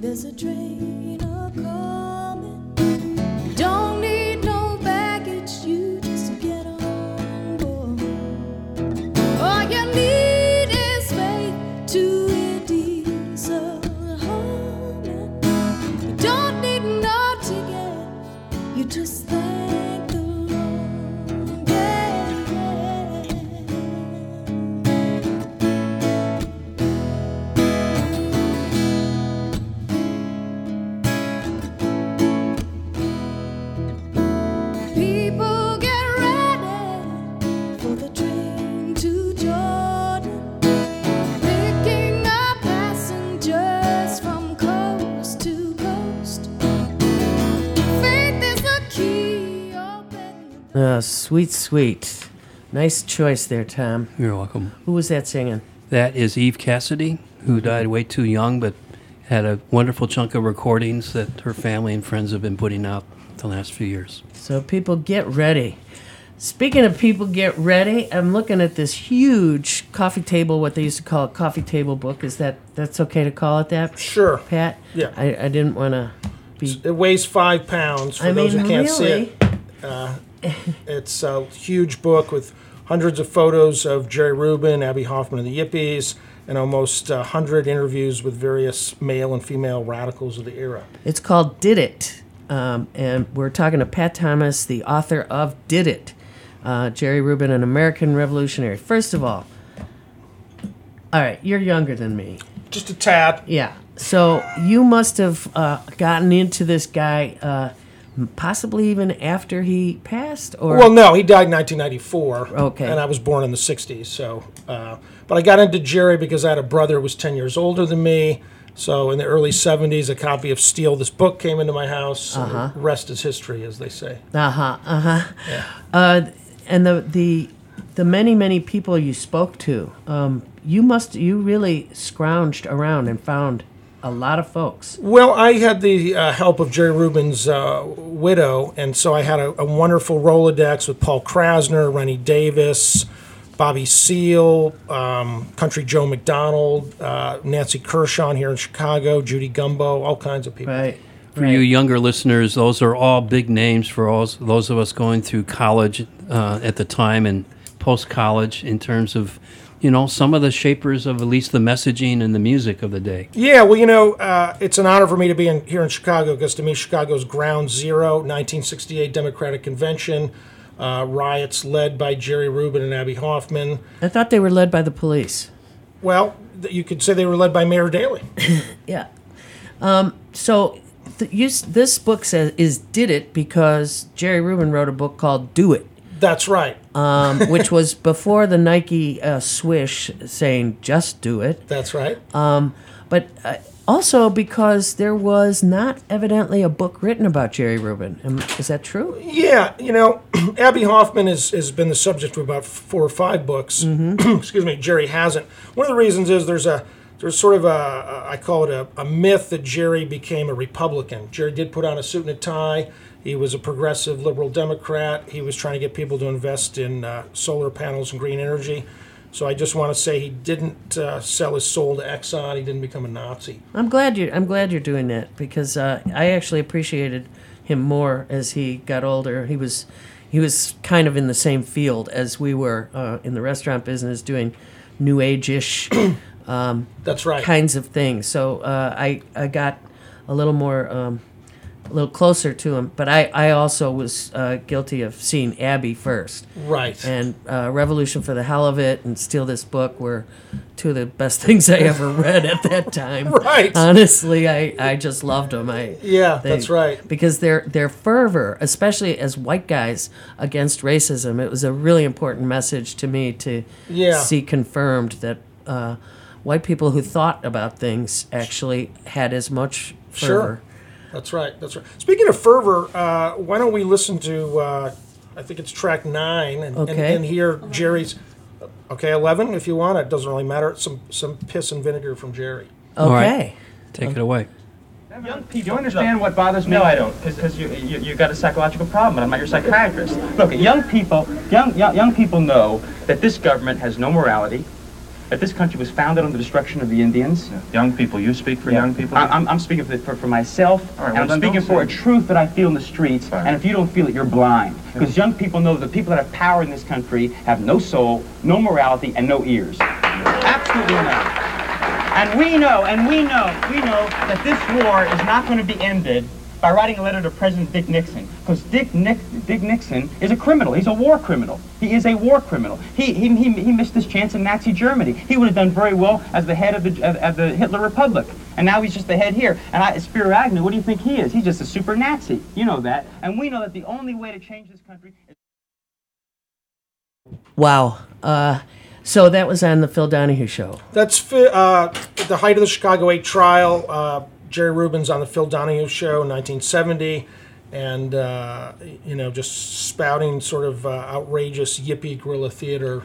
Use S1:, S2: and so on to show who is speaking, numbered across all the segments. S1: There's a train a coming. Don't need no baggage, you just get on board. All you need is faith to a diesel humming. You don't need no ticket, you just thank the Lord. Yeah, yeah. People get ready for the train to Jordan, picking up passengers from coast to coast. Faith is the key. Open
S2: Oh, sweet, sweet. Nice choice there, Tom.
S3: You're welcome.
S2: Who was that singing?
S3: That is Eve Cassidy, who died way too young, but had a wonderful chunk of recordings that her family and friends have been putting out the last few years.
S2: So people get ready. Speaking of people get ready, I'm looking at this huge coffee table. What they used to call a coffee table book is that that's okay to call it that?
S4: Sure.
S2: Pat.
S4: Yeah.
S2: I, I didn't want to be.
S4: It weighs five pounds. For
S2: I
S4: those
S2: mean,
S4: who can't see
S2: really.
S4: it, it's a huge book with hundreds of photos of Jerry Rubin, Abby Hoffman of the Yippies, and almost a hundred interviews with various male and female radicals of the era.
S2: It's called Did It. Um, and we're talking to Pat Thomas, the author of Did It. Uh, Jerry Rubin, an American revolutionary. First of all, all right, you're younger than me.
S4: Just a tad.
S2: Yeah. So you must have uh, gotten into this guy uh, possibly even after he passed, or
S4: Well, no, he died in 1994.
S2: Okay.
S4: And I was born in the 60s. So, uh, but I got into Jerry because I had a brother who was 10 years older than me. So in the early 70s, a copy of Steal This Book came into my house. Uh-huh. Rest is history, as they say.
S2: uh-huh, uh-huh. uh and the the the many many people you spoke to, um, you must you really scrounged around and found a lot of folks.
S4: Well, I had the uh, help of Jerry Rubin's uh, widow, and so I had a, a wonderful Rolodex with Paul Krasner, Rennie Davis, Bobby Seal, um, Country Joe McDonald, uh, Nancy Kershaw here in Chicago, Judy Gumbo, all kinds of people.
S2: Right.
S3: For you younger listeners, those are all big names for all those of us going through college uh, at the time and post college in terms of, you know, some of the shapers of at least the messaging and the music of the day.
S4: Yeah, well, you know, uh, it's an honor for me to be in, here in Chicago because to me, Chicago's ground zero, 1968 Democratic Convention, uh, riots led by Jerry Rubin and Abby Hoffman.
S2: I thought they were led by the police.
S4: Well, th- you could say they were led by Mayor Daley.
S2: Yeah. Um, so th- you, s- this book says is did it because Jerry Rubin wrote a book called Do It.
S4: That's right.
S2: um, which was before the Nike uh, swish saying "just do it,"
S4: That's right.
S2: but uh, also because there was not evidently a book written about Jerry Rubin. Am- Is that true?
S4: Yeah, you know, Abby Hoffman has, has been the subject of about four or five books. Excuse me, Jerry hasn't. One of the reasons is there's a there's sort of a- a I call it a, a myth that Jerry became a Republican. Jerry did put on a suit and a tie. He was a progressive liberal Democrat. He was trying to get people to invest in uh, solar panels and green energy. So I just want to say he didn't uh, sell his soul to Exxon. He didn't become a Nazi.
S2: I'm glad you. I'm glad you're doing that because uh, I actually appreciated him more as he got older. He was, he was kind of in the same field as we were uh, in the restaurant business, doing new age ish.
S4: That's right.
S2: kinds of things. So uh, I I got a little more um, a little closer to him, but I I also was uh, guilty of seeing Abby first.
S4: Right.
S2: And uh, Revolution for the Hell of It and Steal This Book were two of the best things I ever read at that time.
S4: Right.
S2: Honestly, I, I just loved them. I
S4: Yeah, that's right.
S2: Because their their fervor, especially as white guys against racism, it was a really important message to me to
S4: Yeah.
S2: see confirmed that uh, white people who thought about things actually had as much fervor.
S4: Sure. That's right. That's right. Speaking of fervor, uh, why don't we listen to, uh, I think it's track nine, and, and,
S2: Okay.
S4: and hear Jerry's, okay, 11 if you want. It doesn't really matter. It's some, some piss and vinegar from Jerry.
S2: Okay.
S3: right. Take it away.
S5: Do you understand what bothers me? No, I don't. Because you, you you got a psychological problem, and I'm not your psychiatrist. Look, young people, young, young young people know that this government has no morality. that this country was founded on the destruction of the Indians.
S6: Young people, you speak for young people?
S5: I, I'm, I'm speaking for, the, for, for myself,
S6: All right,
S5: and
S6: well,
S5: I'm
S6: then
S5: speaking
S6: don't
S5: for
S6: say
S5: a
S6: it.
S5: truth that I feel in the streets.
S6: Fine.
S5: And if you don't feel it, you're blind. Because young people know that the people that have power in this country have no soul, no morality, and no ears. Absolutely none. And we know, and we know, we know that this war is not going to be ended by writing a letter to President Dick Nixon. Because Dick, Nix Dick Nixon is a criminal. He's a war criminal. He is a war criminal. He, he, he, he missed his chance in Nazi Germany. He would have done very well as the head of the, of, of the Hitler Republic. And now he's just the head here. And I, Spiro Agnew, what do you think he is? He's just a super Nazi. You know that. And we know that the only way to change this country is.
S2: Wow. Uh, so that was on the Phil Donahue show.
S4: That's fi- uh, at the height of the Chicago 8 trial. Uh, Jerry Rubens on the Phil Donahue show in 1970, and uh, you know, just spouting sort of uh, outrageous yippee guerrilla theater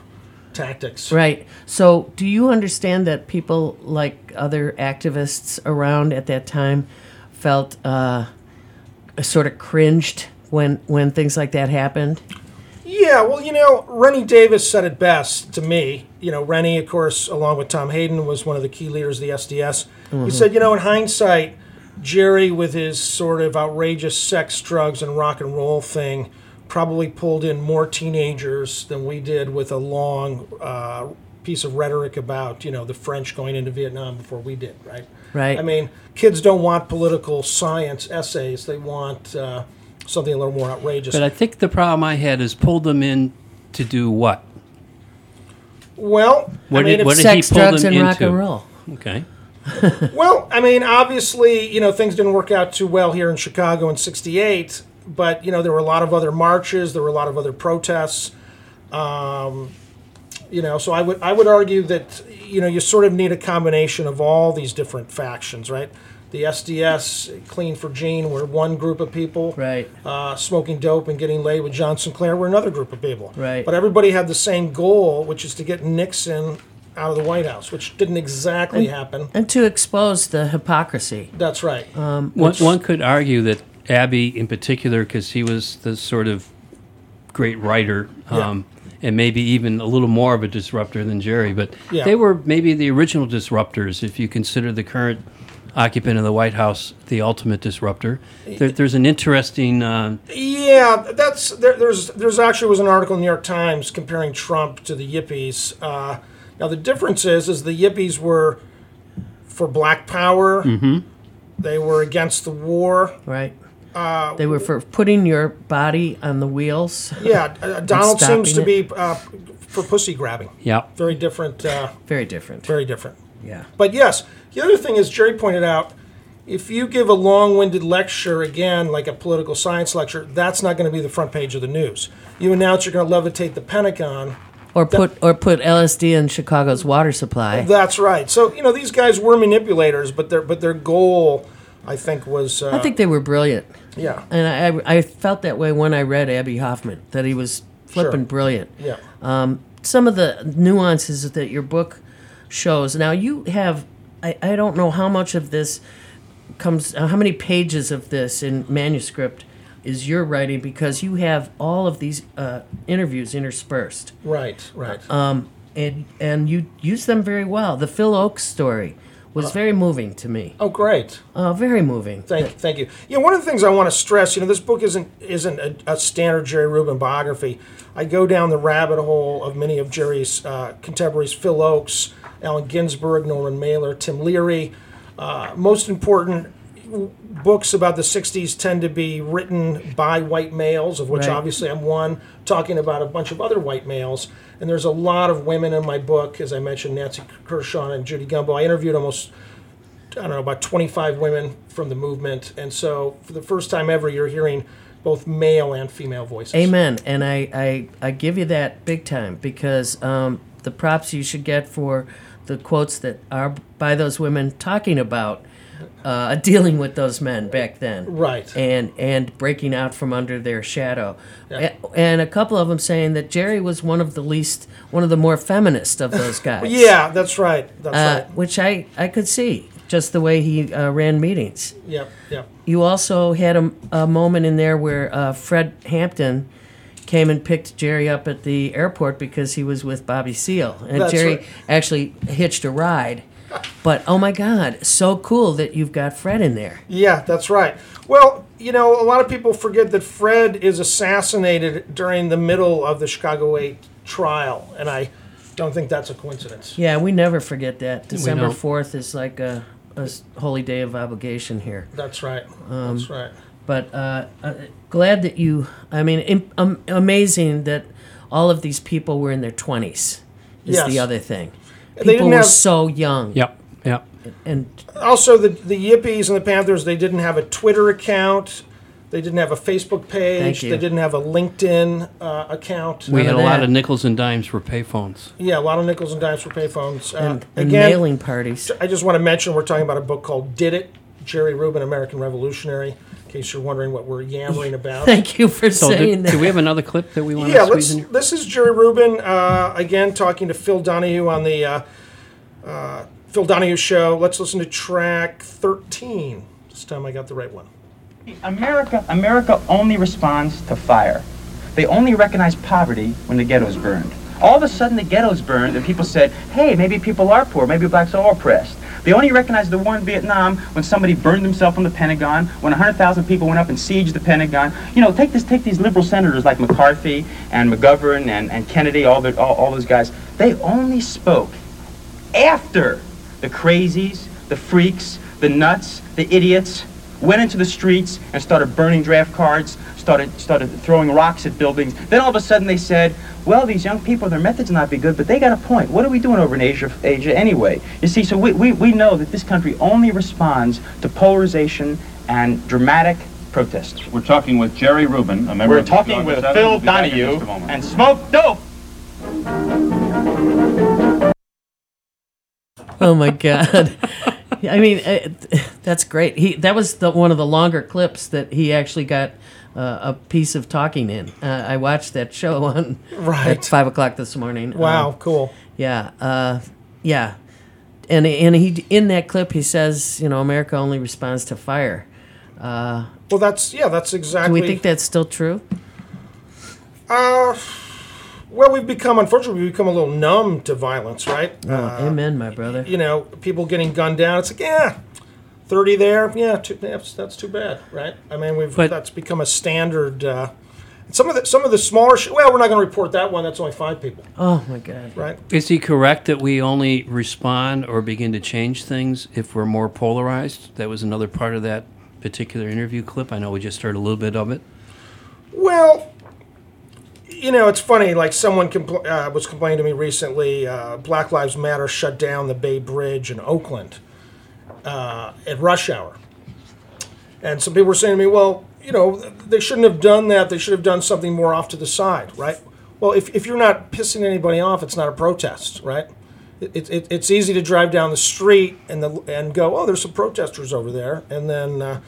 S4: tactics.
S2: Right. So, do you understand that people like other activists around at that time felt uh, sort of cringed when when things like that happened?
S4: Yeah, well, you know, Rennie Davis said it best to me. You know, Rennie, of course, along with Tom Hayden, was one of the key leaders of the SDS.
S3: Mm-hmm.
S4: He said, you know, in hindsight, Jerry, with his sort of outrageous sex, drugs, and rock and roll thing, probably pulled in more teenagers than we did with a long uh, piece of rhetoric about, you know, the French going into Vietnam before we did, right?
S2: Right.
S4: I mean, kids don't want political science essays, they want uh, something a little more outrageous.
S3: But I think the problem I had is pulled them in to do what?
S4: Well,
S3: What
S4: I mean,
S3: did-
S4: if-
S3: what did he
S2: Sex,
S3: pull
S2: drugs,
S3: them
S2: and rock
S3: into?
S2: and roll.
S3: Okay.
S4: well, I mean, obviously, you know, things didn't work out too well here in Chicago in '68, but you know, there were a lot of other marches, there were a lot of other protests. Um, you know, so I would I would argue that you know you sort of need a combination of all these different factions, right? The SDS, Clean for Gene, were one group of people.
S2: Right.
S4: uh, smoking dope and getting laid with John Sinclair were another group of people.
S2: Right.
S4: But everybody had the same goal, which is to get Nixon out of the White House, which didn't exactly happen.
S2: And to expose the hypocrisy.
S4: That's right.
S3: One, one could argue that Abbey, in particular, because he was the sort of great writer, um, and maybe even a little more of a disruptor than Jerry, but
S4: Yeah.
S3: they were maybe the original disruptors if you consider the current occupant of the White House the ultimate disruptor. There, there's an interesting. Uh,
S4: yeah, that's there, there's there's actually was an article in the New York Times comparing Trump to the Yippies. Uh, now the difference is is the Yippies were for Black Power. They were against the war.
S2: Right. they were for putting your body on the wheels.
S4: Yeah, uh, Donald seems to
S2: stopping
S4: be uh, for pussy grabbing.
S3: yeah.
S4: Very different. Uh,
S2: Very different.
S4: very different.
S2: Yeah.
S4: But yes, the other thing is Jerry pointed out, if you give a long-winded lecture again, like a political science lecture, that's not going to be the front page of the news. You announce you're going to levitate the Pentagon.
S2: Or put or put LSD in Chicago's water supply.
S4: That's right. So you know these guys were manipulators, but their but their goal, I think, was uh,
S2: I think they were brilliant.
S4: yeah
S2: And I, I felt that way when I read Abby Hoffman, that he was flipping
S4: Sure.
S2: brilliant.
S4: yeah.
S2: Uh, Some of the nuances that your book shows. Now, you have, I, I don't know how much of this comes, uh, how many pages of this in manuscript is your writing because you have all of these uh, interviews interspersed
S4: right. Right.
S2: uh, and, and you use them very well. The Phil Oakes story was very moving to me.
S4: oh, great.
S2: Uh, very moving.
S4: Thank, thank you. Yeah, one of the things I want to stress, you know, this book isn't isn't a, a standard Jerry Rubin biography. I go down the rabbit hole of many of Jerry's uh, contemporaries: Phil Oakes, Allen Ginsberg, Norman Mailer, Tim Leary. Uh, most important w- books about the '60s tend to be written by white males, of which
S2: Right.
S4: obviously I'm one, talking about a bunch of other white males. And there's a lot of women in my book, as I mentioned, Nancy Kershaw and Judy Gumbo. I interviewed almost I don't know, about 25 women from the movement. And so for the first time ever, you're hearing both male and female voices.
S2: Amen. And I, I, I give you that big time because um, the props you should get for the quotes that are by those women talking about uh, dealing with those men back then.
S4: Right.
S2: And, and breaking out from under their shadow. A- And a couple of them saying that Jerry was one of the least, one of the more feminist of those guys.
S4: Yeah, that's right. That's
S2: Uh,
S4: right.
S2: which I, I could see just the way he uh, ran meetings.
S4: Yep, yep.
S2: You also had a, a moment in there where uh, Fred Hampton came and picked Jerry up at the airport because he was with Bobby Seale, and
S4: That's
S2: Jerry
S4: right.
S2: actually hitched a ride. But oh my God, so cool that you've got Fred in there.
S4: Yeah, that's right. Well, you know, a lot of people forget that Fred is assassinated during the middle of the Chicago 8 trial, and I don't think that's a coincidence.
S2: Yeah, we never forget that. December
S3: don't.
S2: fourth is like a, a s- holy day of obligation here.
S4: That's right.
S2: Um,
S4: that's right.
S2: But uh, uh, glad that you. I mean, im- um, amazing that all of these people were in their twenties. Is
S4: Yes.
S2: the other thing.
S4: didn't
S2: People were
S4: have-
S2: so young.
S3: Yep. Yep.
S2: And
S4: Also, the, the Yippies and the Panthers, they didn't have a Twitter account. They didn't have a Facebook page.
S2: Thank you.
S4: They didn't have a LinkedIn uh, account.
S3: We
S2: None
S3: had
S2: of
S3: a lot
S2: that.
S3: of nickels and dimes for payphones.
S4: yeah, a lot of nickels and dimes for payphones. Uh,
S2: and, and
S4: again,
S2: mailing parties.
S4: I just want to mention we're talking about a book called Did It? Jerry Rubin, American Revolutionary, in case you're wondering what we're yammering about.
S2: Thank you for
S3: So,
S2: saying
S3: do,
S2: that.
S3: do we have another clip that we want
S4: Yeah,
S3: to squeeze
S4: let's,
S3: in? here?
S4: this is Jerry Rubin uh, again talking to Phil Donahue on the uh, uh, Phil Donahue show. Let's listen to track 13. This time I got the right one.
S5: America, America only responds to fire. They only recognize poverty when the ghetto's burned. All of a sudden, the ghetto's burned, and people said, "Hey, maybe people are poor. Maybe blacks are oppressed." They only recognized the war in Vietnam when somebody burned himself on the Pentagon, when 100,000 people went up and sieged the Pentagon. You know, take this, take these liberal senators like McCarthy and McGovern and, and Kennedy, all, the, all, all those guys. They only spoke after the crazies, the freaks, the nuts, the idiots went into the streets and started burning draft cards, started started throwing rocks at buildings. Then all of a sudden they said, "Well, these young people, their methods not be good, but they got a point. What are we doing over in Asia, Asia anyway?" You see, so we, we, we know that this country only responds to polarization and dramatic protest.
S6: We're talking with Jerry Rubin, a member
S5: We're
S6: of the
S5: talking
S6: Chicago
S5: with
S6: Seven.
S5: Phil
S6: We'll be back in
S5: Donahue
S6: just a moment.
S5: and Smoke Dope.
S2: Oh my god! I mean, uh, that's great. He that was the one of the longer clips that he actually got uh, a piece of talking in. Uh, I watched that show on
S4: Right.
S2: at five o'clock this morning.
S4: Wow,
S2: Um,
S4: cool.
S2: yeah. Uh, yeah. And and he in that clip he says, you know, America only responds to fire.
S4: Well, that's yeah, that's
S2: Do
S4: exactly.
S2: we think that's still true?
S4: well, we've become unfortunately we've become a little numb to violence, right? Uh,
S2: Amen, my brother.
S4: you know, people getting gunned down. It's like yeah. 30 there, yeah, too, that's, that's too bad, right? I mean, we've
S3: But-
S4: that's become a standard. Uh, some of the some of the smaller, sh- well, we're not going to report that one. That's only five people,
S2: Oh my god.
S4: right?
S3: Is he correct that we only respond or begin to change things if we're more polarized? That was another part of that particular interview clip. I know we just heard a little bit of it.
S4: Well, you know, it's funny. Like someone compl- uh, was complaining to me recently. Uh, Black Lives Matter shut down the Bay Bridge in Oakland uh, at rush hour, and some people were saying to me, "Well, you know, they shouldn't have done that. They should have done something more off to the side, right?" Well, if, if you're not pissing anybody off, it's not a protest, right? It, it, it's easy to drive down the street and the, and go, "Oh, there's some protesters over there," and then. Uh,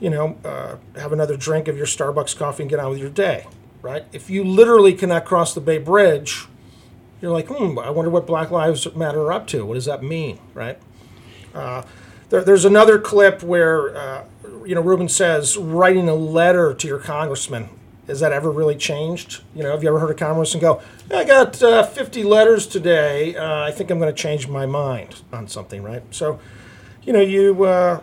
S4: you know, uh, have another drink of your Starbucks coffee and get on with your day, right? If you literally cannot cross the Bay Bridge, you're like, hmm, I wonder what Black Lives Matter are up to. What does that mean, right? Uh, there, there's another clip where, uh, you know, Rubin says, writing a letter to your congressman. Has that ever really changed? You know, have you ever heard a congressman go, I got uh, 50 letters today. Uh, I think I'm going to change my mind on something, right? So, you know, you. Uh,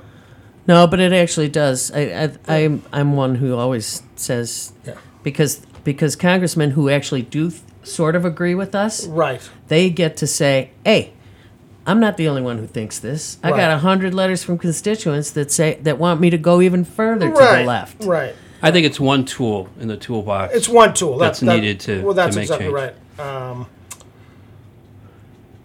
S2: No, but it actually does. I, I I'm I'm one who always says because because congressmen who actually do th- sort of agree with us,
S4: Right.
S2: they get to say, "Hey, I'm not the only one who thinks this. I got
S4: Right.
S2: a hundred letters from constituents that say that want me to go even further to
S4: right,
S2: the left."
S4: Right.
S3: I think it's one tool in the toolbox.
S4: It's one tool. That-
S3: That's
S4: that-
S3: needed to-
S4: Well, that's
S3: to make
S4: exactly
S3: change.
S4: right. Um,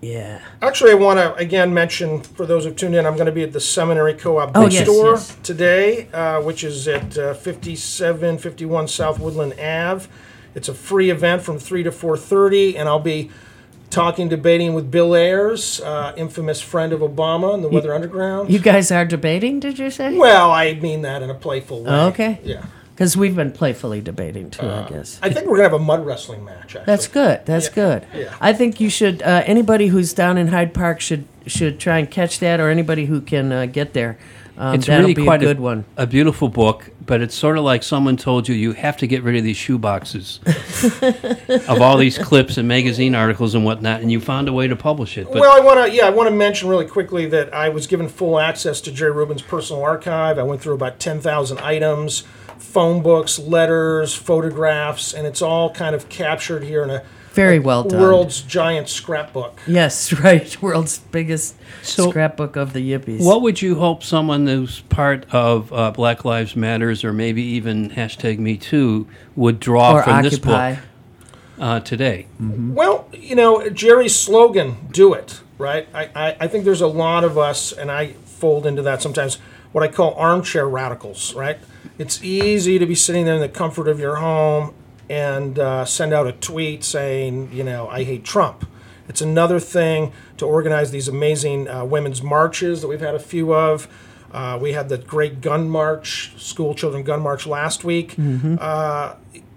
S2: Yeah.
S4: actually, I want to again mention for those who've tuned in, I'm going to be at the Seminary Co-op
S2: Oh, yes,
S4: Bookstore
S2: yes.
S4: today, uh, which is at uh, 5751 South Woodland Ave. It's a free event from three to four thirty, and I'll be talking, debating with Bill Ayers, uh, infamous friend of Obama and the Weather Underground.
S2: You guys are debating, did you say?
S4: well, I mean that in a playful way.
S2: Oh, okay.
S4: Yeah. Uh,
S2: Because we've been playfully debating too, I guess.
S4: I think we're gonna have a mud wrestling match. Actually.
S2: That's good. That's good.
S4: yeah.
S2: I think you should. Uh, anybody who's down in Hyde Park should should try and catch that, or anybody who can uh, get there. Um,
S3: it's
S2: that'll
S3: really
S2: be
S3: quite
S2: a good one.
S3: a beautiful book, but it's sort of like someone told you you have to get rid of these shoe boxes of all these clips and magazine articles and whatnot, and you found a way to publish it. But
S4: well, I want to yeah, I want to mention really quickly that I was given full access to Jerry Rubin's personal archive. I went through about ten thousand items, phone books, letters, photographs, and it's all kind of captured here in a
S2: Very well done.
S4: world's giant scrapbook.
S2: Yes, right. World's biggest
S3: So-
S2: scrapbook of the yippies.
S3: what would you hope someone who's part of uh, Black Lives Matters or maybe even hashtag Me Too would draw
S2: or
S3: from
S2: occupy?
S3: this book uh, today?
S4: Well, you know, Jerry's slogan, do it, right? I, I, I think there's a lot of us, and I fold into that sometimes, what I call armchair radicals, right? It's easy to be sitting there in the comfort of your home and uh, send out a tweet saying, you know, I hate Trump. It's another thing to organize these amazing uh, women's marches that we've had a few of. Uh, we had the great gun march, school children gun march last week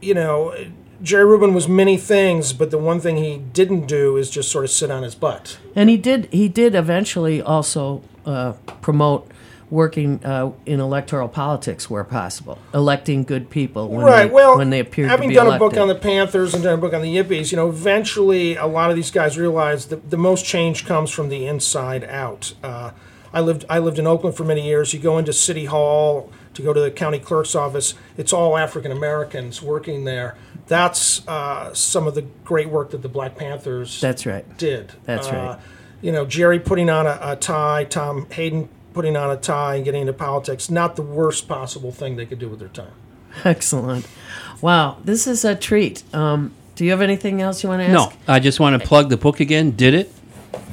S4: you know, Jerry Rubin was many things, but the one thing he didn't do is just sort of sit on his butt.
S2: And he did. He did eventually also uh, promote working uh, in electoral politics where possible, electing good people when
S4: right.
S2: they,
S4: well,
S2: when they appeared to
S4: having
S2: be
S4: done
S2: elected.
S4: a book on the Panthers and done a book on the Yippies, you know, eventually a lot of these guys realize that the most change comes from the inside out. Uh, I lived I lived in Oakland for many years. You go into City Hall to go to the county clerk's office. It's all African Americans working there. That's uh, some of the great work that the Black Panthers
S2: That's right.
S4: did.
S2: That's
S4: Uh,
S2: right.
S4: You know, Jerry putting on a, a tie, Tom Hayden putting on a tie and getting into politics, not the worst possible thing they could do with their time.
S2: Excellent. Wow, this is a treat. Um, do you have anything else you want to ask?
S3: No, I just want to plug the book again. Did it?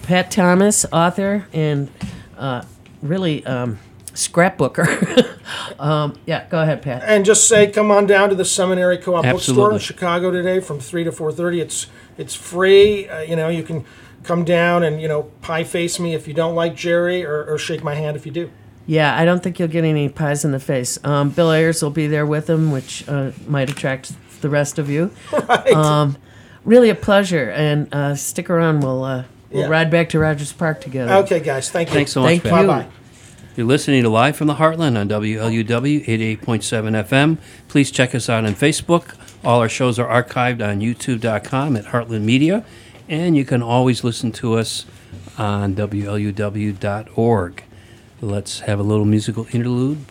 S2: Pat Thomas, author and uh, really um, scrapbooker. um, yeah, go ahead, Pat.
S4: And just say, come on down to the Seminary Co-op Bookstore in
S3: Absolutely.
S4: Chicago today from 3 to 4.30. It's, it's free. Uh, you know, you can come down and, you know, pie face me if you don't like Jerry or, or shake my hand if you do.
S2: Yeah, I don't think you'll get any pies in the face. Um, Bill Ayers will be there with him, which uh, might attract the rest of you. Um,
S4: Right.
S2: Really a pleasure, and uh, stick around. We'll uh, we'll
S4: Yeah.
S2: ride back to Rogers Park together.
S4: okay, guys. Thank you.
S3: Thanks so much,
S2: Thank
S3: Pat.
S2: you.
S4: Bye-bye.
S3: You're listening to Live from the Heartland on WLUW 88.7 FM. Please check us out on Facebook. All our shows are archived on youtube.com at Heartland Media. And you can always listen to us on WLUW.org. Let's have a little musical interlude